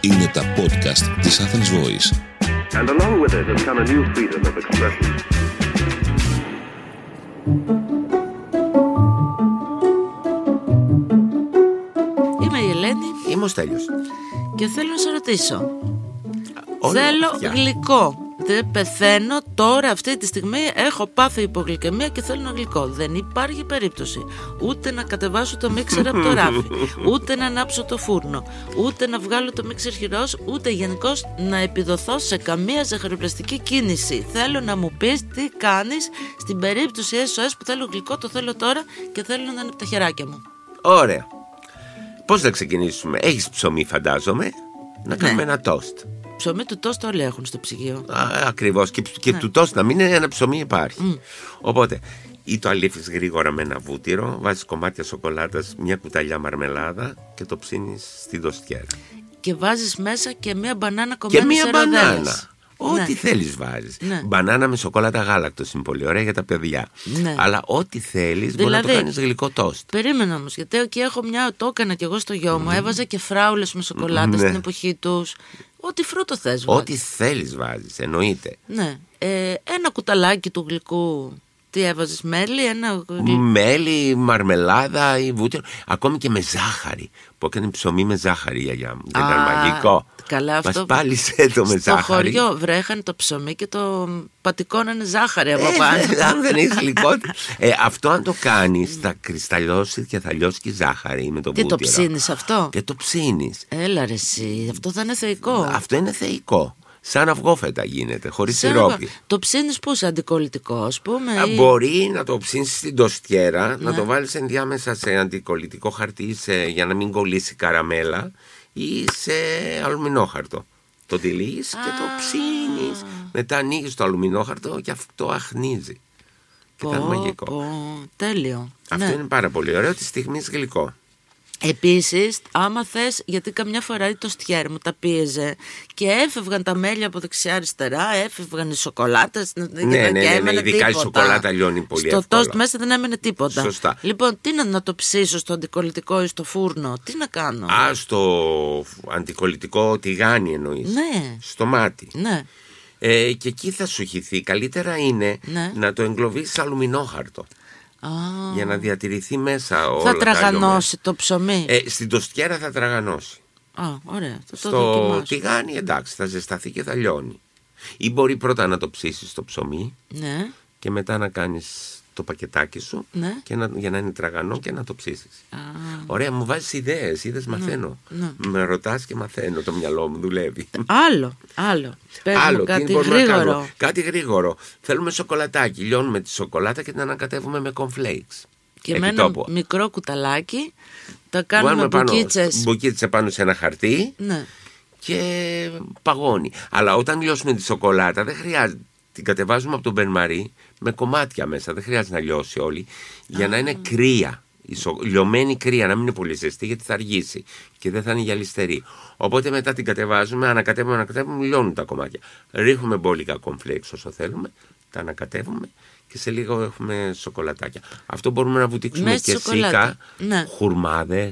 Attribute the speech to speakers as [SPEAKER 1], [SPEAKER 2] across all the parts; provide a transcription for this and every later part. [SPEAKER 1] Είναι τα podcast της Athens Voice.
[SPEAKER 2] And along with it has come a new freedom of expression.
[SPEAKER 3] Είμαι η Ελένη
[SPEAKER 4] Είμαι ο Στέλιος.
[SPEAKER 3] και θέλω να σε ρωτήσω.
[SPEAKER 4] Όλα
[SPEAKER 3] θέλω
[SPEAKER 4] παιδιά.
[SPEAKER 3] γλυκό. Δεν πεθαίνω τώρα αυτή τη στιγμή. Έχω πάθει υπογλυκαιμία και θέλω ένα γλυκό. Δεν υπάρχει περίπτωση ούτε να κατεβάσω το μίξερ από το ράφι, ούτε να ανάψω το φούρνο, ούτε να βγάλω το μίξερ χειρός, ούτε γενικώς να επιδοθώ σε καμία ζαχαροπλαστική κίνηση. Θέλω να μου πεις τι κάνεις στην περίπτωση SOS που θέλω γλυκό, το θέλω τώρα και θέλω να είναι από τα χεράκια μου.
[SPEAKER 4] Ωραία. Πώς να ξεκινήσουμε. Έχεις ψωμί φαντάζομαι. Να κάνουμε
[SPEAKER 3] Ναι.
[SPEAKER 4] ένα τόστ.
[SPEAKER 3] Ψωμί του τόστο όλοι έχουν στο ψυγείο.
[SPEAKER 4] Α, Ακριβώς. Και,
[SPEAKER 3] Ναι.
[SPEAKER 4] και του τόστ να μην είναι ένα ψωμί υπάρχει. Οπότε ή το αλήφεις γρήγορα με ένα βούτυρο, βάζεις κομμάτια σοκολάτας, μια κουταλιά μαρμελάδα και το ψήνεις στην τοστιέρα.
[SPEAKER 3] και βάζεις μέσα και μία μπανάνα κομμένη
[SPEAKER 4] Και μία
[SPEAKER 3] σε ροδέλες.
[SPEAKER 4] μπανάνα. Ό,τι
[SPEAKER 3] Ναι.
[SPEAKER 4] θέλεις βάζεις.
[SPEAKER 3] Ναι.
[SPEAKER 4] Μπανάνα με σοκολάτα γάλακτος είναι πολύ ωραία για τα παιδιά.
[SPEAKER 3] Ναι.
[SPEAKER 4] Αλλά ό,τι θέλεις μπορεί να το
[SPEAKER 3] Δηλαδή-
[SPEAKER 4] κάνεις γλυκό τόστ.
[SPEAKER 3] Περίμενα όμως, γιατί εκεί έχω μια. Το έκανα κι εγώ στο γιο μου. Έβαζα και φράουλες με σοκολάτα
[SPEAKER 4] Ναι.
[SPEAKER 3] στην εποχή τους. Ό,τι φρούτο θες.
[SPEAKER 4] Ό,τι θέλεις βάζεις, εννοείται.
[SPEAKER 3] Ναι. Ε, ένα κουταλάκι του γλυκού. Τι έβαζες, μέλι, ένα. γλυ-
[SPEAKER 4] Μέλι, μαρμελάδα ή βούτυρο. Ακόμη και με ζάχαρη. Που έκανε ψωμί με ζάχαρη η γιαγιά μου. Δεν ήταν
[SPEAKER 3] Α,
[SPEAKER 4] μαγικό.
[SPEAKER 3] Καλά
[SPEAKER 4] Μας
[SPEAKER 3] αυτό.
[SPEAKER 4] πάλισε το με
[SPEAKER 3] Στο
[SPEAKER 4] ζάχαρη.
[SPEAKER 3] χωριό βρέχανε το ψωμί και το πατικόνανε ζάχαρη από
[SPEAKER 4] Ε,
[SPEAKER 3] πάνω.
[SPEAKER 4] ε, αν δεν έχεις γλυκό. Ε, αυτό αν το κάνεις, θα κρυσταλλώσει και θα λιώσεις και η ζάχαρη με το
[SPEAKER 3] Τι
[SPEAKER 4] βούτυρο.
[SPEAKER 3] το ψήνεις αυτό.
[SPEAKER 4] Και το ψήνεις.
[SPEAKER 3] Έλα ρε εσύ, αυτό θα είναι θεϊκό.
[SPEAKER 4] Αυτό είναι θεϊκό. Σαν αυγόφετα γίνεται, χωρίς
[SPEAKER 3] Ξέρω εγώ.
[SPEAKER 4] σιρόπι.
[SPEAKER 3] Το ψήνεις πού, σε αντικολλητικό, ας πούμε.
[SPEAKER 4] Ε,
[SPEAKER 3] ή-
[SPEAKER 4] Μπορεί να το ψήνεις στην τοστιέρα,
[SPEAKER 3] Ναι.
[SPEAKER 4] να το βάλεις ενδιάμεσα σε αντικολλητικό χαρτί σε, για να μην κολλήσει καραμέλα ή σε αλουμινόχαρτο. Το τυλίγεις και το ψήνεις. Μετά ανοίγεις το αλουμινόχαρτο και αυτό αχνίζει. Και ήταν
[SPEAKER 3] Πω,
[SPEAKER 4] μαγικό.
[SPEAKER 3] πω, τέλειο. Ναι.
[SPEAKER 4] Αυτό είναι πάρα πολύ ωραίο τη στιγμή γλυκό.
[SPEAKER 3] Επίσης, άμα θες, γιατί καμιά φορά ή το στιέρ μου τα πίεζε και έφευγαν τα μέλια από δεξιά-αριστερά, έφευγαν οι σοκολάτες.
[SPEAKER 4] ναι, ναι, ναι, ειδικά η σοκολάτα λιώνει πολύ
[SPEAKER 3] Στο
[SPEAKER 4] εύκολα.
[SPEAKER 3] τόστ μέσα δεν έμενε τίποτα.
[SPEAKER 4] Σωστά.
[SPEAKER 3] Λοιπόν, τι να, να το ψήσω στο αντικολλητικό ή στο φούρνο, τι να κάνω.
[SPEAKER 4] Α το αντικολλητικό τηγάνι εννοείς.
[SPEAKER 3] Ναι.
[SPEAKER 4] Στο μάτι.
[SPEAKER 3] Ναι.
[SPEAKER 4] Ε, και εκεί θα σου χυθεί. Καλύτερα είναι
[SPEAKER 3] Ναι.
[SPEAKER 4] να το εγκλωβίσεις σε αλουμινόχαρτο.
[SPEAKER 3] Α,
[SPEAKER 4] για να διατηρηθεί μέσα όλο
[SPEAKER 3] θα τραγανώσει το ψωμί.
[SPEAKER 4] Ε, στην τοστιέρα θα τραγανώσει.
[SPEAKER 3] Α, ωραία, θα το
[SPEAKER 4] στο
[SPEAKER 3] δοκιμάσω.
[SPEAKER 4] τηγάνι εντάξει θα ζεσταθεί και θα λιώνει. Ή μπορεί πρώτα να το ψήσεις το ψωμί
[SPEAKER 3] Ναι.
[SPEAKER 4] και μετά να κάνεις το πακετάκι σου
[SPEAKER 3] Ναι.
[SPEAKER 4] και να, για να είναι τραγανό και να το ψήσεις.
[SPEAKER 3] Α,
[SPEAKER 4] Ωραία, μου βάζεις ιδέες, είδες μαθαίνω.
[SPEAKER 3] ναι.
[SPEAKER 4] Με ρωτάς και μαθαίνω, το μυαλό μου δουλεύει.
[SPEAKER 3] άλλο, άλλο. Πες μου
[SPEAKER 4] Άλλο,
[SPEAKER 3] κάτι
[SPEAKER 4] τι μπορούμε να
[SPEAKER 3] γρήγορο.
[SPEAKER 4] κάνουμε. Κάτι γρήγορο. Θέλουμε σοκολατάκι. Λιώνουμε τη σοκολάτα και την ανακατεύουμε με κονφλέιξ.
[SPEAKER 3] Και
[SPEAKER 4] Επί
[SPEAKER 3] με ένα
[SPEAKER 4] τόπου.
[SPEAKER 3] μικρό κουταλάκι τα
[SPEAKER 4] Βάλουμε
[SPEAKER 3] κάνουμε
[SPEAKER 4] πάνω-
[SPEAKER 3] μπουκίτσες.
[SPEAKER 4] Μπουκίτσες πάνω σε ένα χαρτί
[SPEAKER 3] Ναι.
[SPEAKER 4] και παγώνει. Αλλά όταν λιώσουμε τη σοκολάτα, δεν χρειάζεται. Την κατεβάζουμε από τον μπερμαρί με κομμάτια μέσα. Δεν χρειάζεται να λιώσει όλη. Για να είναι κρύα. η σο- Λιωμένη κρύα, να μην είναι πολύ ζεστή, γιατί θα αργήσει και δεν θα είναι γυαλιστερή. Οπότε μετά την κατεβάζουμε, ανακατεύουμε, ανακατεύουμε, λιώνουν τα κομμάτια. Ρίχνουμε μπόλικα κομφλέξ όσο θέλουμε, τα ανακατεύουμε και σε λίγο έχουμε σοκολατάκια. Αυτό μπορούμε να βουτήξουμε
[SPEAKER 3] Μέσα στη
[SPEAKER 4] και σίκα,
[SPEAKER 3] σοκολάτα. Ναι.
[SPEAKER 4] χουρμάδες.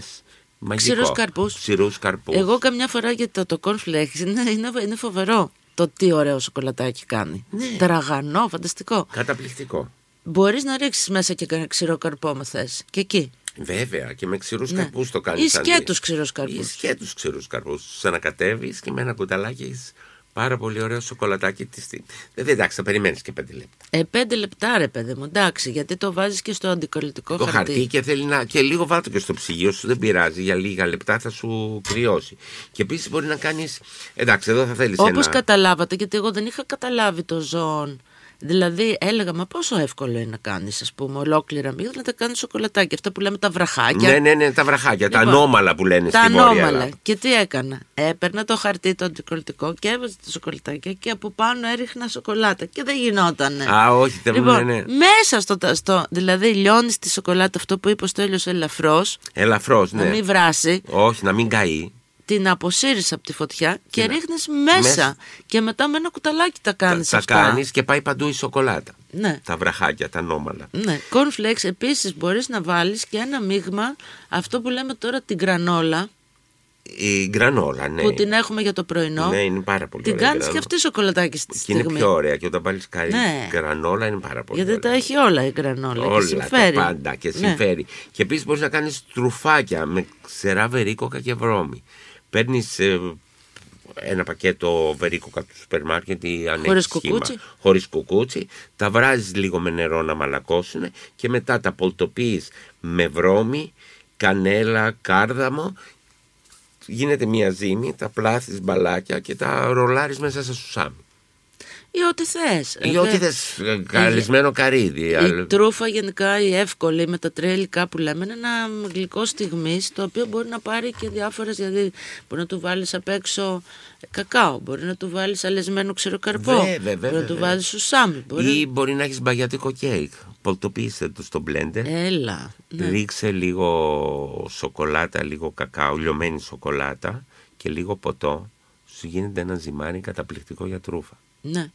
[SPEAKER 4] Μαγικό.
[SPEAKER 3] Ξηρούς καρπούς.
[SPEAKER 4] Ξηρούς καρπούς.
[SPEAKER 3] Εγώ καμιά φορά για το, το cornflakes είναι, είναι, είναι φοβερό το τι ωραίο σοκολατάκι κάνει.
[SPEAKER 4] Ναι.
[SPEAKER 3] Τραγανό, φανταστικό.
[SPEAKER 4] Καταπληκτικό.
[SPEAKER 3] Μπορείς να ρίξεις μέσα και κανένα ξηρό καρπό μου θες. Και εκεί.
[SPEAKER 4] Βέβαια και με ξηρούς
[SPEAKER 3] Ναι.
[SPEAKER 4] καρπούς το κάνεις.
[SPEAKER 3] Ή σκέτους ξηρούς καρπούς.
[SPEAKER 4] Ή σκέτου ξηρούς καρπούς. Του ανακατεύει και με ένα κουταλάκι έχεις πάρα πολύ ωραίο σοκολατάκι της στιγμή. Βέβαια εντάξει, θα περιμένεις και πέντε λεπτά.
[SPEAKER 3] Ε, πέντε λεπτά ρε παιδί μου, εντάξει, γιατί το βάζεις και στο αντικολλητικό
[SPEAKER 4] Το
[SPEAKER 3] χαρτί.
[SPEAKER 4] χαρτί και θέλει να. και λίγο βάλτο και στο ψυγείο σου, δεν πειράζει. Για λίγα λεπτά θα σου κρυώσει. Και επίσης μπορεί να κάνεις. Εντάξει, εδώ θα θέλεις
[SPEAKER 3] Όπως
[SPEAKER 4] ένα.
[SPEAKER 3] καταλάβατε, γιατί εγώ δεν είχα καταλάβει το ζώον. Δηλαδή, έλεγα, μα πόσο εύκολο είναι να κάνεις ας πούμε, ολόκληρα μύγδαλα, να τα κάνεις σοκολατάκια. Αυτά που λέμε τα βραχάκια.
[SPEAKER 4] Ναι, ναι, ναι, τα βραχάκια, τα
[SPEAKER 3] Λοιπόν,
[SPEAKER 4] ανώμαλα που λένε
[SPEAKER 3] Τα
[SPEAKER 4] στη Βόρεια
[SPEAKER 3] ανώμαλα.
[SPEAKER 4] Ελλάδα.
[SPEAKER 3] Και τι έκανα. Έπαιρνα το χαρτί το αντικολλητικό και έβαζα τα σοκολατάκια και από πάνω έριχνα σοκολάτα. Και δεν γινότανε.
[SPEAKER 4] Α, όχι, δεν
[SPEAKER 3] λοιπόν,
[SPEAKER 4] ναι, ναι.
[SPEAKER 3] μέσα στο, τα- στο. Δηλαδή, λιώνεις τη σοκολάτα αυτό που είπες ο Στέλιος ελαφρώς,
[SPEAKER 4] Ελαφρώς,
[SPEAKER 3] να
[SPEAKER 4] ναι.
[SPEAKER 3] μην βράσει.
[SPEAKER 4] Όχι, να μην καεί.
[SPEAKER 3] Την αποσύρεις από τη φωτιά και
[SPEAKER 4] να-
[SPEAKER 3] ρίχνεις μέσα.
[SPEAKER 4] μέσα.
[SPEAKER 3] Και μετά με ένα κουταλάκι τα κάνεις
[SPEAKER 4] τα
[SPEAKER 3] αυτά.
[SPEAKER 4] κάνεις και πάει παντού η σοκολάτα.
[SPEAKER 3] Ναι.
[SPEAKER 4] Τα βραχάκια, τα νόμαλα.
[SPEAKER 3] Ναι, cornflakes επίσης μπορείς να βάλεις και ένα μείγμα, αυτό που λέμε τώρα την κρανόλα,
[SPEAKER 4] Η γκρανόλα, ναι.
[SPEAKER 3] που την έχουμε για το πρωινό.
[SPEAKER 4] Ναι, είναι πάρα πολύ
[SPEAKER 3] Την
[SPEAKER 4] ωραία
[SPEAKER 3] κάνεις και
[SPEAKER 4] γκρανόλα.
[SPEAKER 3] αυτή σοκολατάκι στη
[SPEAKER 4] Και είναι
[SPEAKER 3] στιγμή.
[SPEAKER 4] πιο ωραία. Και όταν πάλι κάνει
[SPEAKER 3] Ναι.
[SPEAKER 4] γκρανόλα είναι πάρα πολύ
[SPEAKER 3] Γιατί τα
[SPEAKER 4] ωραία.
[SPEAKER 3] έχει όλα η γκρανόλα. και
[SPEAKER 4] Όλα
[SPEAKER 3] συμφέρει.
[SPEAKER 4] τα πάντα και
[SPEAKER 3] Ναι.
[SPEAKER 4] συμφέρει. Και επίσης μπορείς να κάνεις τρουφάκια με ξερά βερίκοκα και βρώμη. Παίρνεις ένα πακέτο βερίκοκα του σούπερ μάρκετ ή αν
[SPEAKER 3] Χωρίς
[SPEAKER 4] έχεις σχήμα,
[SPEAKER 3] κουκούτσι.
[SPEAKER 4] χωρίς κουκούτσι, τα βράζεις λίγο με νερό να μαλακώσουν και μετά τα πολτοποιείς με βρώμη, κανέλα, κάρδαμο γίνεται μια ζύμη, τα πλάθεις μπαλάκια και τα ρολάρεις μέσα σε σουσάμι.
[SPEAKER 3] Ή ό,τι θες.
[SPEAKER 4] Ή
[SPEAKER 3] Ε,
[SPEAKER 4] ό,τι θες, ε, καλισμένο καρύδι.
[SPEAKER 3] Η
[SPEAKER 4] αλλά-
[SPEAKER 3] τρούφα γενικά η εύκολη με τα τρία υλικά που λέμε είναι ένα γλυκό στιγμής το οποίο μπορεί να πάρει και διάφορες. Δηλαδή μπορεί να του βάλεις απ' έξω κακάο, μπορεί να του βάλεις αλεσμένο ξεροκαρπό,
[SPEAKER 4] Βέβαια, βέβαια,
[SPEAKER 3] μπορεί να του
[SPEAKER 4] βέβαια.
[SPEAKER 3] βάλει σουσάμι. Μπορεί...
[SPEAKER 4] Ή μπορεί να έχεις μπαγιατικό κέικ. Πολτοποίησε το στο μπλέντερ.
[SPEAKER 3] Έλα. Ε, Ναι.
[SPEAKER 4] Ρίξε λίγο σοκολάτα, λίγο κακάο, λιωμένη σοκολάτα και λίγο ποτό. Σου γίνεται ένα ζυμάρι καταπληκτικό για τρούφα.
[SPEAKER 3] ναι.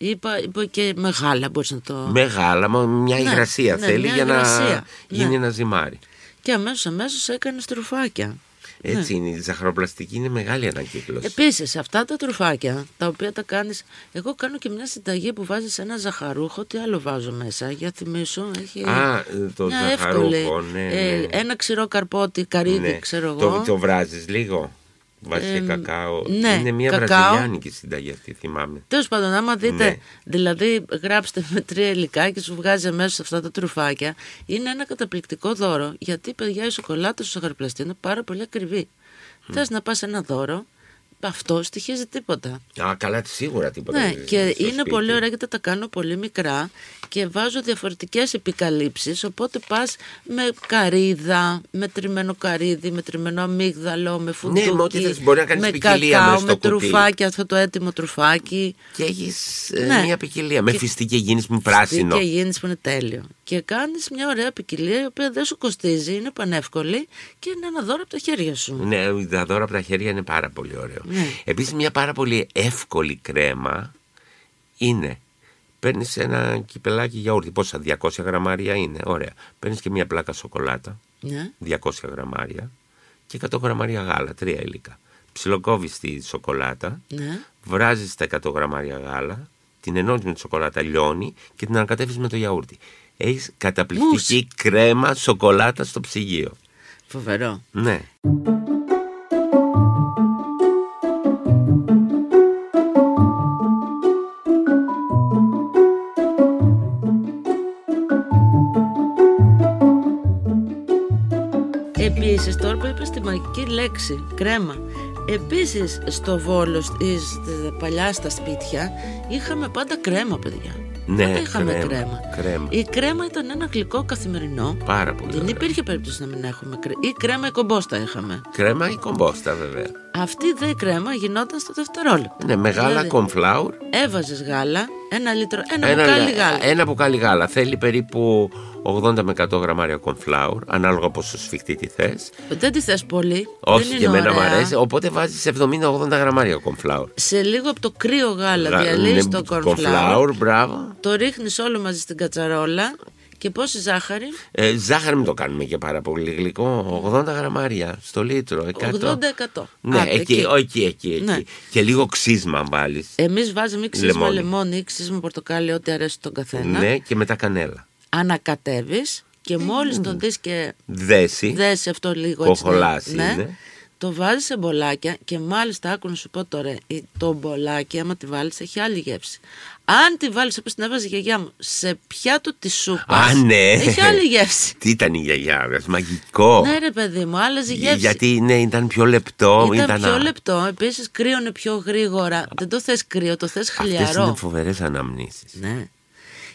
[SPEAKER 3] Είπα, είπα και μεγάλα μπορείς να το.
[SPEAKER 4] Μεγάλα, μα μια
[SPEAKER 3] Ναι,
[SPEAKER 4] υγρασία
[SPEAKER 3] ναι,
[SPEAKER 4] θέλει
[SPEAKER 3] μια
[SPEAKER 4] για να
[SPEAKER 3] υγρασία.
[SPEAKER 4] γίνει
[SPEAKER 3] Ναι.
[SPEAKER 4] ένα ζυμάρι.
[SPEAKER 3] Και αμέσως αμέσως έκανες τρουφάκια. Ναι.
[SPEAKER 4] Έτσι είναι, η ζαχαροπλαστική είναι μεγάλη ανακύκλωση.
[SPEAKER 3] Επίσης, αυτά τα τρουφάκια τα οποία τα κάνεις. Εγώ κάνω και μια συνταγή που βάζεις ένα ζαχαρούχο. Τι άλλο βάζω μέσα, για θυμίσω. Έχει
[SPEAKER 4] Α, ε, το
[SPEAKER 3] μια
[SPEAKER 4] ζαχαρούχο,
[SPEAKER 3] εύκολη.
[SPEAKER 4] ναι,
[SPEAKER 3] Ε,
[SPEAKER 4] ναι.
[SPEAKER 3] ένα ξηρό καρπότι, καρύδι,
[SPEAKER 4] Ναι.
[SPEAKER 3] ξέρω εγώ.
[SPEAKER 4] Το, το βράζεις λίγο. Βάζει και
[SPEAKER 3] Εμ,
[SPEAKER 4] κακάο.
[SPEAKER 3] ναι,
[SPEAKER 4] είναι μια
[SPEAKER 3] κακάο.
[SPEAKER 4] βραζιλιάνικη συνταγή αυτή, θυμάμαι.
[SPEAKER 3] Τέλος πάντων, άμα δείτε,
[SPEAKER 4] Ναι.
[SPEAKER 3] δηλαδή γράψτε με τρία υλικά και σου βγάζει αμέσως αυτά τα τρουφάκια, είναι ένα καταπληκτικό δώρο. Γιατί, παιδιά, η σοκολάτα στο ζαχαροπλαστή είναι πάρα πολύ ακριβή. Θες να πας ένα δώρο, αυτό στοιχίζει τίποτα.
[SPEAKER 4] Α, καλά, σίγουρα τίποτα.
[SPEAKER 3] Ναι,
[SPEAKER 4] δεν
[SPEAKER 3] και
[SPEAKER 4] στο
[SPEAKER 3] είναι
[SPEAKER 4] σπίτι.
[SPEAKER 3] πολύ ωραία γιατί τα κάνω πολύ μικρά και βάζω διαφορετικές επικαλύψεις. Οπότε πας με καρύδα, με τριμμένο καρύδι, με τριμμένο αμύγδαλο, με φουντούκι.
[SPEAKER 4] Ναι, με ό,τι θες, μπορεί να κάνεις
[SPEAKER 3] με
[SPEAKER 4] ποικιλία
[SPEAKER 3] κακάο,
[SPEAKER 4] μες στο
[SPEAKER 3] με
[SPEAKER 4] κουτί.
[SPEAKER 3] τρουφάκι, αυτό το έτοιμο τρουφάκι.
[SPEAKER 4] Και έχεις
[SPEAKER 3] Ναι.
[SPEAKER 4] μια ποικιλία. Με
[SPEAKER 3] Και-
[SPEAKER 4] φιστή και γίνει με πράσινο.
[SPEAKER 3] Και γίνει που είναι τέλειο. Και κάνεις μια ωραία ποικιλία η οποία δεν σου κοστίζει, είναι πανεύκολη και είναι ένα δώρο από τα χέρια σου.
[SPEAKER 4] Ναι, τα δώρα από τα χέρια είναι πάρα πολύ ωραίο.
[SPEAKER 3] Ναι.
[SPEAKER 4] Επίσης, μια πάρα πολύ εύκολη κρέμα είναι. Παίρνεις ένα κυπελάκι γιαούρτι. Πόσα, 200 γραμμάρια είναι. Ωραία. Παίρνεις και μια πλάκα σοκολάτα.
[SPEAKER 3] Ναι.
[SPEAKER 4] 200 γραμμάρια. Και 100 γραμμάρια γάλα. Τρία υλικά. Ψιλοκόβεις τη σοκολάτα.
[SPEAKER 3] ναι.
[SPEAKER 4] Βράζεις τα 100 γραμμάρια γάλα, την ενώνεις με τη σοκολάτα, λιώνει και την ανακατεύεις με το γιαούρτι. Έχεις καταπληκτική
[SPEAKER 3] Μουσ.
[SPEAKER 4] κρέμα σοκολάτα στο ψυγείο.
[SPEAKER 3] Φοβερό.
[SPEAKER 4] Ναι.
[SPEAKER 3] Επίσης, τώρα που είπες τη μαγική λέξη, κρέμα. Επίσης, στο Βόλο, στις, στα παλιά στα σπίτια, είχαμε πάντα κρέμα, παιδιά.
[SPEAKER 4] Ναι,
[SPEAKER 3] Πάντα είχαμε
[SPEAKER 4] κρέμα,
[SPEAKER 3] κρέμα,
[SPEAKER 4] κρέμα.
[SPEAKER 3] Η κρέμα ήταν ένα γλυκό καθημερινό.
[SPEAKER 4] Πάρα πολύ.
[SPEAKER 3] Δεν
[SPEAKER 4] ωραία.
[SPEAKER 3] υπήρχε περίπτωση να μην έχουμε κρέμα. Ή κρέμα ή κομπόστα είχαμε.
[SPEAKER 4] Κρέμα ή κομπόστα, βέβαια.
[SPEAKER 3] Αυτή δε η κρέμα γινόταν στο δευτερόλεπτο.
[SPEAKER 4] Ναι, μεγάλα
[SPEAKER 3] Δηλαδή,
[SPEAKER 4] κομφλάουρ.
[SPEAKER 3] Έβαζες γάλα, ένα λίτρο, ένα, μπουκάλι γάλα.
[SPEAKER 4] ένα μπουκάλι γάλα. Θέλει περίπου 80 με 100 γραμμάρια κομφλάουρ, ανάλογα πόσο σφιχτή τη θες.
[SPEAKER 3] Δεν τη θες πολύ.
[SPEAKER 4] Όχι
[SPEAKER 3] δεν
[SPEAKER 4] και
[SPEAKER 3] είναι
[SPEAKER 4] εμένα μου
[SPEAKER 3] ωραία.
[SPEAKER 4] αρέσει. Οπότε βάζεις 70-80 γραμμάρια κομφλάουρ.
[SPEAKER 3] Σε λίγο από το κρύο γάλα
[SPEAKER 4] Γα-
[SPEAKER 3] διαλύεις
[SPEAKER 4] ναι,
[SPEAKER 3] το cornflour.
[SPEAKER 4] μπράβο.
[SPEAKER 3] Το ρίχνεις όλο μαζί στην κατσαρόλα και πόση ζάχαρη,
[SPEAKER 4] Ε, ζάχαρη μην το κάνουμε και πάρα πολύ γλυκό. 80 γραμμάρια στο λίτρο. 100.
[SPEAKER 3] 80%.
[SPEAKER 4] Ναι,
[SPEAKER 3] Άντε,
[SPEAKER 4] εκεί, εκεί, εκεί. εκεί.
[SPEAKER 3] Ναι.
[SPEAKER 4] Και λίγο ξύσμα βάλεις.
[SPEAKER 3] Εμείς βάζουμε ή ξύσμα
[SPEAKER 4] Λεμόνι.
[SPEAKER 3] λεμόνι ή ξύσμα πορτοκάλι, ό,τι αρέσει τον καθένα.
[SPEAKER 4] Ναι, και μετά κανέλα.
[SPEAKER 3] Ανακατεύεις και μόλις τον δεις και
[SPEAKER 4] Δέση.
[SPEAKER 3] δέσει αυτό λίγο έτσι.
[SPEAKER 4] Κοχολάς
[SPEAKER 3] ναι,
[SPEAKER 4] είναι.
[SPEAKER 3] Το βάζεις σε μπολάκια και μάλιστα άκου να σου πω τώρα, η- το μπολάκι άμα τη βάλεις έχει άλλη γεύση. Αν τη βάλεις όπως την έβαζε η γιαγιά μου σε πιάτο τη σούπας,
[SPEAKER 4] Α, ναι.
[SPEAKER 3] έχει άλλη γεύση.
[SPEAKER 4] Τι ήταν η γιαγιά μας, μαγικό.
[SPEAKER 3] Ναι ρε παιδί μου, άλλαζε η
[SPEAKER 4] Γι-
[SPEAKER 3] γεύση.
[SPEAKER 4] Γιατί ναι, ήταν πιο λεπτό.
[SPEAKER 3] Ήταν, πιο
[SPEAKER 4] α-
[SPEAKER 3] λεπτό, επίσης κρύωνε πιο γρήγορα. Δεν το θες κρύο, το θες
[SPEAKER 4] Αυτές είναι
[SPEAKER 3] χλιαρό.
[SPEAKER 4] φοβερές αναμνήσεις.
[SPEAKER 3] Ναι.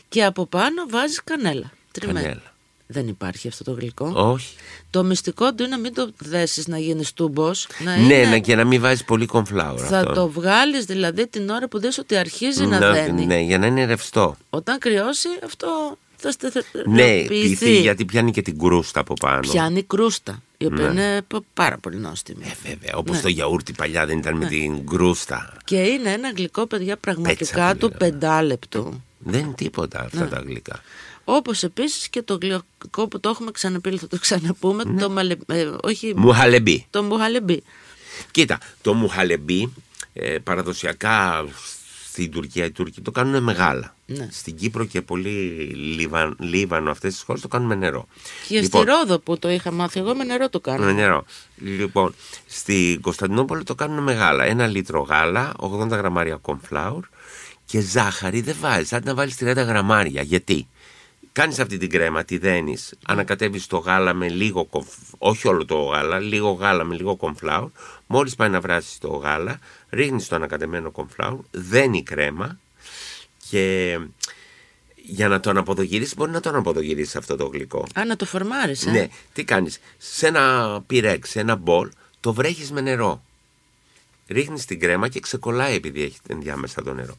[SPEAKER 3] Και από πάνω βάζεις κανέλα. Τριμμένη.
[SPEAKER 4] Κανέλα.
[SPEAKER 3] Δεν υπάρχει αυτό το γλυκό.
[SPEAKER 4] Όχι.
[SPEAKER 3] Το μυστικό του είναι να μην το δέσεις να γίνεις τούμπος. Να
[SPEAKER 4] ναι,
[SPEAKER 3] είναι-
[SPEAKER 4] να- και να μην βάζεις πολύ κομφλάουρ.
[SPEAKER 3] θα
[SPEAKER 4] αυτό.
[SPEAKER 3] το βγάλεις δηλαδή την ώρα που δεις ότι αρχίζει να, δένει.
[SPEAKER 4] Ναι, για να είναι ρευστό.
[SPEAKER 3] Όταν κρυώσει, αυτό θα
[SPEAKER 4] Ναι,
[SPEAKER 3] στεθεροποιηθεί.
[SPEAKER 4] πηθεί, γιατί πιάνει και την κρούστα από πάνω.
[SPEAKER 3] Πιάνει κρούστα, η οποία είναι πα- πάρα πολύ νόστιμη.
[SPEAKER 4] Ναι. Ε, βέβαια, όπως
[SPEAKER 3] Ναι.
[SPEAKER 4] το γιαούρτι παλιά δεν ήταν με την κρούστα.
[SPEAKER 3] Και είναι ένα γλυκό, παιδιά, πραγματικά
[SPEAKER 4] Πέτσα,
[SPEAKER 3] του
[SPEAKER 4] παιδιά.
[SPEAKER 3] πεντάλεπτου.
[SPEAKER 4] Δεν τίποτα αυτά
[SPEAKER 3] Ναι.
[SPEAKER 4] τα γλυκά.
[SPEAKER 3] Όπως επίσης και το γλυκό που το έχουμε ξαναπεί, θα το ξαναπούμε.
[SPEAKER 4] Ναι.
[SPEAKER 3] Το μαλε... ε, όχι,
[SPEAKER 4] Μουχαλεμπί.
[SPEAKER 3] το μπουχαλεμπί.
[SPEAKER 4] Κοίτα, το μουχαλεμπί ε, παραδοσιακά στην Τουρκία οι Τούρκοι το κάνουν μεγάλα.
[SPEAKER 3] Ναι.
[SPEAKER 4] Στην Κύπρο και πολύ Λίβαν, Λίβανο αυτές τις χώρες το κάνουν με νερό.
[SPEAKER 3] Και
[SPEAKER 4] Λοιπόν.
[SPEAKER 3] στη Ρόδο που το είχα μάθει, εγώ με νερό το κάνω.
[SPEAKER 4] με νερό. Λοιπόν, στην Κωνσταντινούπολη το κάνουν μεγάλα. Ένα λίτρο γάλα, 80 γραμμάρια cornflour και ζάχαρη δεν βάζεις. Άντε να βάλεις 30 γραμμάρια. Γιατί. Κάνεις αυτή την κρέμα, τη δένεις, ανακατεύεις το γάλα με λίγο, κομφ- όχι όλο το γάλα, λίγο γάλα με λίγο κομφλάουρ. Μόλις πάει να βράσεις το γάλα, ρίχνεις το ανακατεμένο κομφλάουρ, δένει η κρέμα και για να το αναποδογυρίσεις, μπορεί να το αναποδογυρίσεις αυτό το γλυκό.
[SPEAKER 3] Α, να το ε. φορμάρισε.
[SPEAKER 4] Ναι, τι κάνεις. Σε ένα πυρέκ, σε ένα μπολ, το βρέχεις με νερό. Ρίχνεις την κρέμα και ξεκολλάει επειδή έχει ενδιάμεσα το νερό.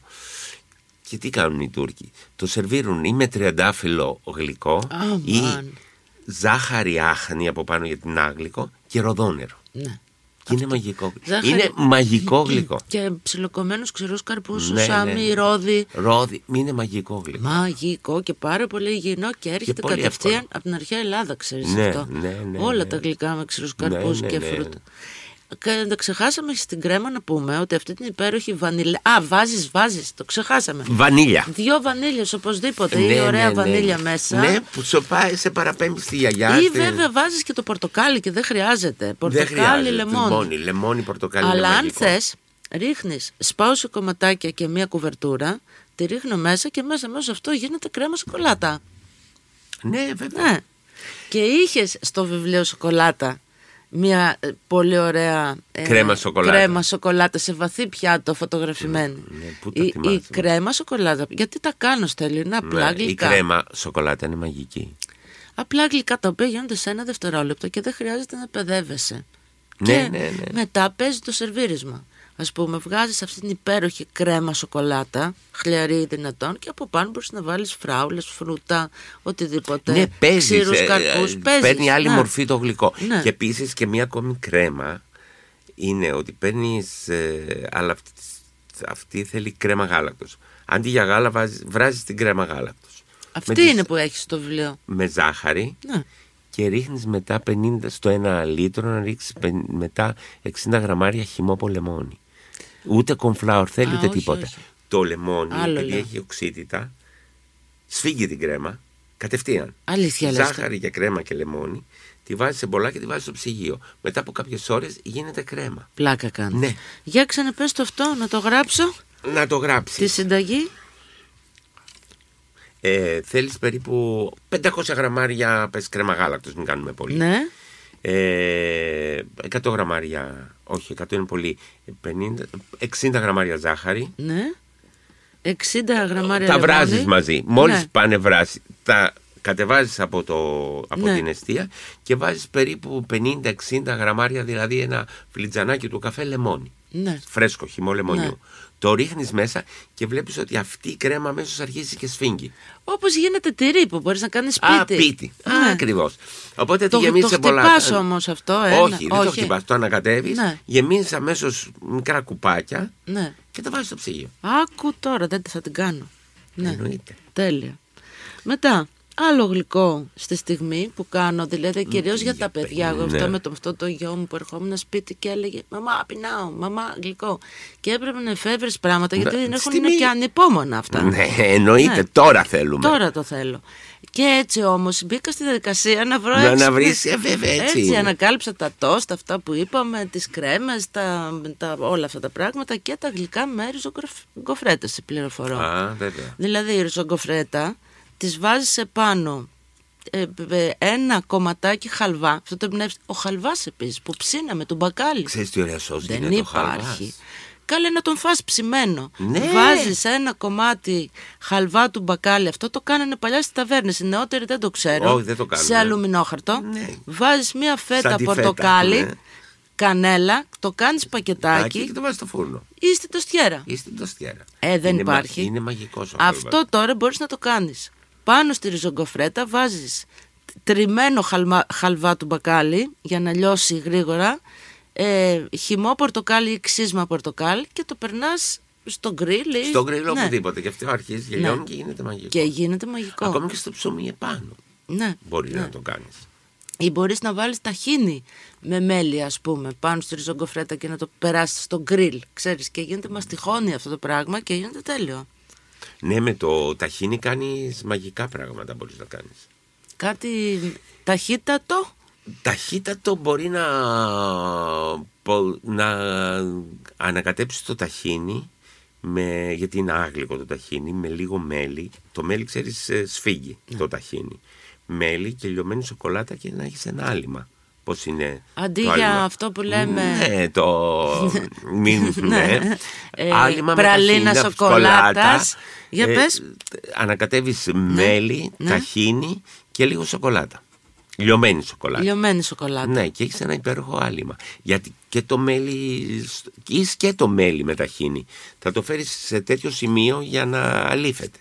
[SPEAKER 4] Και τι κάνουν οι Τούρκοι. Το σερβίρουν ή με τριαντάφυλλο γλυκό
[SPEAKER 3] Αμάν.
[SPEAKER 4] ή ζάχαρη άχνη από πάνω για την άγλυκο και ροδόνερο.
[SPEAKER 3] Ναι.
[SPEAKER 4] Και είναι μαγικό.
[SPEAKER 3] Ζάχαρη.
[SPEAKER 4] Είναι μαγικό γλυκό.
[SPEAKER 3] Και ψιλοκομμένους ξηρούς καρπούς,
[SPEAKER 4] Ναι,
[SPEAKER 3] σουσάμι,
[SPEAKER 4] ναι, ναι.
[SPEAKER 3] ρόδι.
[SPEAKER 4] Ρόδι. Είναι μαγικό γλυκό.
[SPEAKER 3] Μαγικό και πάρα πολύ υγιεινό και έρχεται
[SPEAKER 4] πολύ
[SPEAKER 3] κατευθείαν
[SPEAKER 4] εύκολο.
[SPEAKER 3] από την αρχαία Ελλάδα, ξέρεις
[SPEAKER 4] Ναι,
[SPEAKER 3] αυτό.
[SPEAKER 4] ναι, ναι,
[SPEAKER 3] Όλα
[SPEAKER 4] ναι.
[SPEAKER 3] τα γλυκά με ξηρούς
[SPEAKER 4] Ναι,
[SPEAKER 3] καρπούς
[SPEAKER 4] ναι,
[SPEAKER 3] και
[SPEAKER 4] ναι.
[SPEAKER 3] φρούτα. Και τα ξεχάσαμε στην κρέμα να πούμε ότι αυτή την υπέροχη βανίλια. Α, βάζεις, βάζεις, το ξεχάσαμε.
[SPEAKER 4] Βανίλια.
[SPEAKER 3] Δύο βανίλιες οπωσδήποτε ή
[SPEAKER 4] Ναι,
[SPEAKER 3] ωραία
[SPEAKER 4] ναι, ναι.
[SPEAKER 3] βανίλια μέσα.
[SPEAKER 4] Ναι, που σου πάει, σε παραπέμπει στη γιαγιά.
[SPEAKER 3] Ή
[SPEAKER 4] στην-
[SPEAKER 3] βέβαια βάζεις και το πορτοκάλι και δεν χρειάζεται.
[SPEAKER 4] Δεν
[SPEAKER 3] Πορτοκάλι,
[SPEAKER 4] χρειάζεται.
[SPEAKER 3] λεμόνι.
[SPEAKER 4] Λεμόνι, λεμόνι, πορτοκάλι. είναι
[SPEAKER 3] Αλλά αν
[SPEAKER 4] μαγικό.
[SPEAKER 3] θες, ρίχνεις σπάουσε κομματάκια και μία κουβερτούρα, τη ρίχνω μέσα και μέσα μέσα σε αυτό γίνεται κρέμα σοκολάτα.
[SPEAKER 4] Ναι, βέβαια.
[SPEAKER 3] Ναι. Και είχες στο βιβλίο σοκολάτα μία ε, πολύ ωραία ε,
[SPEAKER 4] Κρέμα σοκολάτα.
[SPEAKER 3] κρέμα σοκολάτα σε βαθύ πιάτο φωτογραφημένη.
[SPEAKER 4] Ναι, πού τα
[SPEAKER 3] η,
[SPEAKER 4] θυμάσαι,
[SPEAKER 3] η κρέμα σοκολάτα. Γιατί τα κάνω στα ελληνικά απλά
[SPEAKER 4] Ναι, η
[SPEAKER 3] γλυκά.
[SPEAKER 4] κρέμα σοκολάτα είναι μαγική.
[SPEAKER 3] Απλά γλυκά τα οποία γίνονται σε ένα δευτερόλεπτο και δεν χρειάζεται να παιδεύεσαι.
[SPEAKER 4] Ναι,
[SPEAKER 3] και
[SPEAKER 4] ναι, ναι.
[SPEAKER 3] μετά παίζει το σερβίρισμα. Ας πούμε, βγάζεις αυτή την υπέροχη κρέμα σοκολάτα, χλιαρή ή δυνατόν, και από πάνω μπορείς να βάλεις φράουλες, φρούτα, οτιδήποτε.
[SPEAKER 4] ναι, παίζεις. ε,
[SPEAKER 3] Ξύρους, καρπούς, παίζεις,
[SPEAKER 4] παίρνει άλλη
[SPEAKER 3] ναι.
[SPEAKER 4] μορφή το γλυκό.
[SPEAKER 3] Ναι.
[SPEAKER 4] Και επίσης και μια ακόμη κρέμα είναι ότι παίρνεις. αλλά αυτή, αυτή θέλει κρέμα γάλακτος. Αντί για γάλα, βράζεις την κρέμα γάλακτος.
[SPEAKER 3] Αυτή
[SPEAKER 4] Με τις-
[SPEAKER 3] είναι που έχεις στο βιβλίο.
[SPEAKER 4] Με ζάχαρη.
[SPEAKER 3] Ναι.
[SPEAKER 4] και ρίχνεις μετά 50 στο ένα λίτρο να ρίξεις πεν- μετά 60 γραμμάρια χυμό από λεμόνι. Ούτε κομφλάουρ θέλει
[SPEAKER 3] Α,
[SPEAKER 4] ούτε
[SPEAKER 3] όχι,
[SPEAKER 4] τίποτα.
[SPEAKER 3] όχι.
[SPEAKER 4] Το λεμόνι
[SPEAKER 3] Άλλο
[SPEAKER 4] επειδή
[SPEAKER 3] λέω.
[SPEAKER 4] έχει οξύτητα σφίγγει την κρέμα κατευθείαν.
[SPEAKER 3] Αλήθεια λες.
[SPEAKER 4] Ζάχαρη και κρέμα και λεμόνι τη βάζεις σε πολλά και τη βάζεις στο ψυγείο. Μετά από κάποιες ώρες γίνεται κρέμα.
[SPEAKER 3] Πλάκα κάνεις.
[SPEAKER 4] Ναι.
[SPEAKER 3] Για ξαναπες το αυτό, να το γράψω.
[SPEAKER 4] Να το
[SPEAKER 3] Τη
[SPEAKER 4] γράψεις.
[SPEAKER 3] συνταγή.
[SPEAKER 4] Ε, θέλεις περίπου 500 γραμμάρια πες κρέμα γάλακτος, μην κάνουμε πολύ.
[SPEAKER 3] Ναι.
[SPEAKER 4] Ε, 100 γραμμάρια, όχι 100 είναι πολύ, 50, 60 γραμμάρια ζάχαρη.
[SPEAKER 3] Ναι. 60 γραμμάρια
[SPEAKER 4] τα
[SPEAKER 3] λεμόνι.
[SPEAKER 4] βράζεις μαζί. Μόλις
[SPEAKER 3] Ναι.
[SPEAKER 4] πάνε βράσει, τα κατεβάζεις από, το, από
[SPEAKER 3] Ναι.
[SPEAKER 4] την αιστεία και βάζεις περίπου 50-60 γραμμάρια, δηλαδή ένα φλιτζανάκι του καφέ λεμόνι.
[SPEAKER 3] Ναι.
[SPEAKER 4] Φρέσκο, χυμό λεμονιού.
[SPEAKER 3] Ναι.
[SPEAKER 4] Το ρίχνεις μέσα και βλέπεις ότι αυτή η κρέμα αμέσως αρχίζει και σφίγγει.
[SPEAKER 3] Όπως γίνεται τυρί που μπορείς να κάνεις σπίτι.
[SPEAKER 4] Α, πίτι.
[SPEAKER 3] Ναι.
[SPEAKER 4] Α, ακριβώς. Οπότε
[SPEAKER 3] Το-
[SPEAKER 4] το γεμίζεις
[SPEAKER 3] το
[SPEAKER 4] σε πολλά.
[SPEAKER 3] χτυπάς όμως αυτό, ε,
[SPEAKER 4] όχι,
[SPEAKER 3] ναι.
[SPEAKER 4] δεν το
[SPEAKER 3] Όχι.
[SPEAKER 4] χτυπάς. Το ανακατεύεις,
[SPEAKER 3] Ναι.
[SPEAKER 4] γεμίζεις αμέσως μικρά κουπάκια
[SPEAKER 3] Ναι.
[SPEAKER 4] και τα βάζεις στο ψυγείο.
[SPEAKER 3] Άκου τώρα, δεν θα την κάνω. Ναι.
[SPEAKER 4] Εννοείται.
[SPEAKER 3] Τέλεια. Μετά, άλλο γλυκό στη στιγμή που κάνω, δηλαδή κυρίως για τα παιδιά. Εγώ
[SPEAKER 4] ναι.
[SPEAKER 3] αυτό με το, αυτό το γιο μου που ερχόμουν σπίτι και έλεγε Μαμά, πεινάω, μαμά, γλυκό. Και έπρεπε να εφεύρεις πράγματα γιατί
[SPEAKER 4] Ναι,
[SPEAKER 3] δεν έχουν
[SPEAKER 4] στιγμή.
[SPEAKER 3] είναι και ανυπόμονα αυτά.
[SPEAKER 4] Ναι, εννοείται.
[SPEAKER 3] Ναι.
[SPEAKER 4] Τώρα θέλουμε.
[SPEAKER 3] Τώρα το θέλω. Και έτσι όμως μπήκα στη διαδικασία να βρω
[SPEAKER 4] Να-
[SPEAKER 3] έξυπνες-
[SPEAKER 4] να βρεις, ε, βέβαια, έτσι είναι.
[SPEAKER 3] ανακάλυψα τα τόστ, αυτά που είπαμε, τις κρέμες, τα, τα, όλα αυτά τα πράγματα και τα γλυκά με ριζογκοφρέτα, σε πληροφορώ.
[SPEAKER 4] Α, βέβαια.
[SPEAKER 3] Δηλαδή η ριζογκοφρέτα τις βάζεις επάνω ε, ε, ένα κομματάκι χαλβά. Αυτό το εμπνεύσει. Ο χαλβάς επίσης που ψήναμε, του μπακάλι.
[SPEAKER 4] Ξέρεις τι ωραία σώση
[SPEAKER 3] Δεν
[SPEAKER 4] είναι το
[SPEAKER 3] υπάρχει.
[SPEAKER 4] χαλβάς.
[SPEAKER 3] Καλέ να τον φας ψημένο.
[SPEAKER 4] Ναι.
[SPEAKER 3] Βάζεις ένα κομμάτι χαλβά του μπακάλι. Αυτό το κάνανε παλιά στις ταβέρνες. Οι νεότεροι δεν το ξέρω.
[SPEAKER 4] Όχι, δεν το κάνουν,
[SPEAKER 3] Σε
[SPEAKER 4] ναι.
[SPEAKER 3] αλουμινόχαρτο.
[SPEAKER 4] Ναι.
[SPEAKER 3] Βάζεις μία φέτα
[SPEAKER 4] Σαν τη φέτα,
[SPEAKER 3] πορτοκάλι,
[SPEAKER 4] ναι.
[SPEAKER 3] κανέλα, το κάνεις
[SPEAKER 4] Τάκι
[SPEAKER 3] πακετάκι
[SPEAKER 4] Και το βάζεις στο φούρνο
[SPEAKER 3] ή στην τοστιέρα.
[SPEAKER 4] ή στην τοστιέρα.
[SPEAKER 3] Ε, δεν
[SPEAKER 4] Είναι μα-
[SPEAKER 3] υπάρχει.
[SPEAKER 4] Είναι μαγικός ο χαλβάς.
[SPEAKER 3] Αυτό τώρα μπορείς να το κάνεις. Πάνω στη ριζογκοφρέτα βάζεις τριμμένο χαλμα- χαλβά του μπακάλι για να λιώσει γρήγορα, ε, χυμό πορτοκάλι ή ξύσμα πορτοκάλι και το περνάς στο γκριλ. ή-
[SPEAKER 4] Στον γκριλ
[SPEAKER 3] Ναι.
[SPEAKER 4] οπουδήποτε. Και αυτό αρχίζει και
[SPEAKER 3] Ναι.
[SPEAKER 4] λιώνει και γίνεται μαγικό.
[SPEAKER 3] Και γίνεται μαγικό.
[SPEAKER 4] Ακόμα και στο ψωμί επάνω.
[SPEAKER 3] Ναι.
[SPEAKER 4] Μπορεί
[SPEAKER 3] ναι.
[SPEAKER 4] να το κάνεις.
[SPEAKER 3] Ή μπορείς να βάλεις ταχίνι με μέλι, ας πούμε, πάνω στη ριζογκοφρέτα και να το περάσεις στο γκριλ. Ξέρεις, και γίνεται μαστιχόνι αυτό το πράγμα και γίνεται τέλειο.
[SPEAKER 4] Ναι, με το ταχίνι κάνεις μαγικά πράγματα μπορείς να κάνεις.
[SPEAKER 3] Κάτι ταχύτατο.
[SPEAKER 4] Ταχύτατο μπορεί να, πο- να ανακατέψεις το ταχίνι με, γιατί είναι άγλικο το ταχίνι, με λίγο μέλι. Το μέλι, ξέρεις, ε, σφίγγει
[SPEAKER 3] Ναι.
[SPEAKER 4] το ταχίνι. Μέλι και λιωμένη σοκολάτα και να έχεις ένα άλυμα. Πώς είναι
[SPEAKER 3] Αντί
[SPEAKER 4] το
[SPEAKER 3] για
[SPEAKER 4] άλυμα.
[SPEAKER 3] αυτό που λέμε-
[SPEAKER 4] Ναι, το... μην- ναι.
[SPEAKER 3] Ε,
[SPEAKER 4] Άλυμα με
[SPEAKER 3] πραλίνα
[SPEAKER 4] ταχίνι,
[SPEAKER 3] σοκολάτας. Για πες.
[SPEAKER 4] Ανακατεύεις μέλι,
[SPEAKER 3] ναι.
[SPEAKER 4] ταχίνι και λίγο σοκολάτα. Λιωμένη σοκολάτα.
[SPEAKER 3] Λιωμένη σοκολάτα.
[SPEAKER 4] Ναι, και έχεις ένα υπέροχο άλυμα. Γιατί και το μέλι, σ- είσαι και το μέλι με ταχύνι. Θα το φέρεις σε τέτοιο σημείο για να αλήφεται.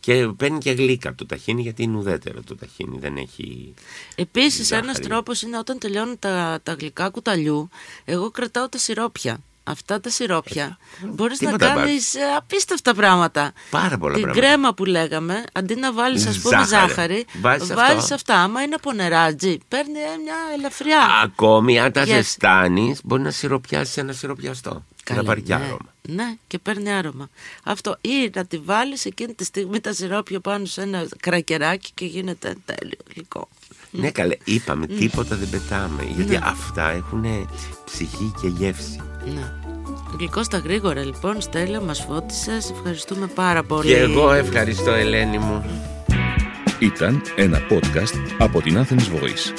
[SPEAKER 4] Και παίρνει και γλύκα από το ταχύνι, γιατί είναι ουδέτερο το ταχύνι. Δεν έχει.
[SPEAKER 3] Επίσης,
[SPEAKER 4] Ζάχαρη.
[SPEAKER 3] ένας τρόπος είναι όταν τελειώνουν τα, τα γλυκά κουταλιού, εγώ κρατάω τα σιρόπια. Αυτά τα σιρόπια μπορείς να
[SPEAKER 4] Ε, τίποτα
[SPEAKER 3] κάνεις απίστευτα πράγματα.
[SPEAKER 4] Πάρα πολλά
[SPEAKER 3] Την
[SPEAKER 4] πράγματα.
[SPEAKER 3] κρέμα που λέγαμε, αντί να βάλεις, ας πούμε,
[SPEAKER 4] Ζάχαρη.
[SPEAKER 3] ζάχαρη,
[SPEAKER 4] Βάζεις αυτό.
[SPEAKER 3] βάζεις αυτά. Άμα είναι από νεράτζι, παίρνει ε, μια ελαφριά.
[SPEAKER 4] Ακόμη, αν τα
[SPEAKER 3] Yes.
[SPEAKER 4] ζεστάνεις, μπορεί να σιροπιάσεις ένα σιροπιαστό. Και
[SPEAKER 3] Καλέ,
[SPEAKER 4] να πάρει και
[SPEAKER 3] ναι.
[SPEAKER 4] άρωμα.
[SPEAKER 3] Ναι, και παίρνει άρωμα. Αυτό. Ή να τη βάλεις εκείνη τη στιγμή τα σιρόπια πάνω σε ένα κρακεράκι και γίνεται τέλειο γλυκό.
[SPEAKER 4] Ναι, καλέ, είπαμε, τίποτα δεν πετάμε. Γιατί αυτά έχουν ψυχή και γεύση.
[SPEAKER 3] Ναι. Γλυκό στα γρήγορα, λοιπόν, Στέλλα, μας φώτισες. Ευχαριστούμε πάρα πολύ.
[SPEAKER 4] Και εγώ ευχαριστώ, Ελένη μου.
[SPEAKER 1] Ήταν ένα podcast από την Athens Voice.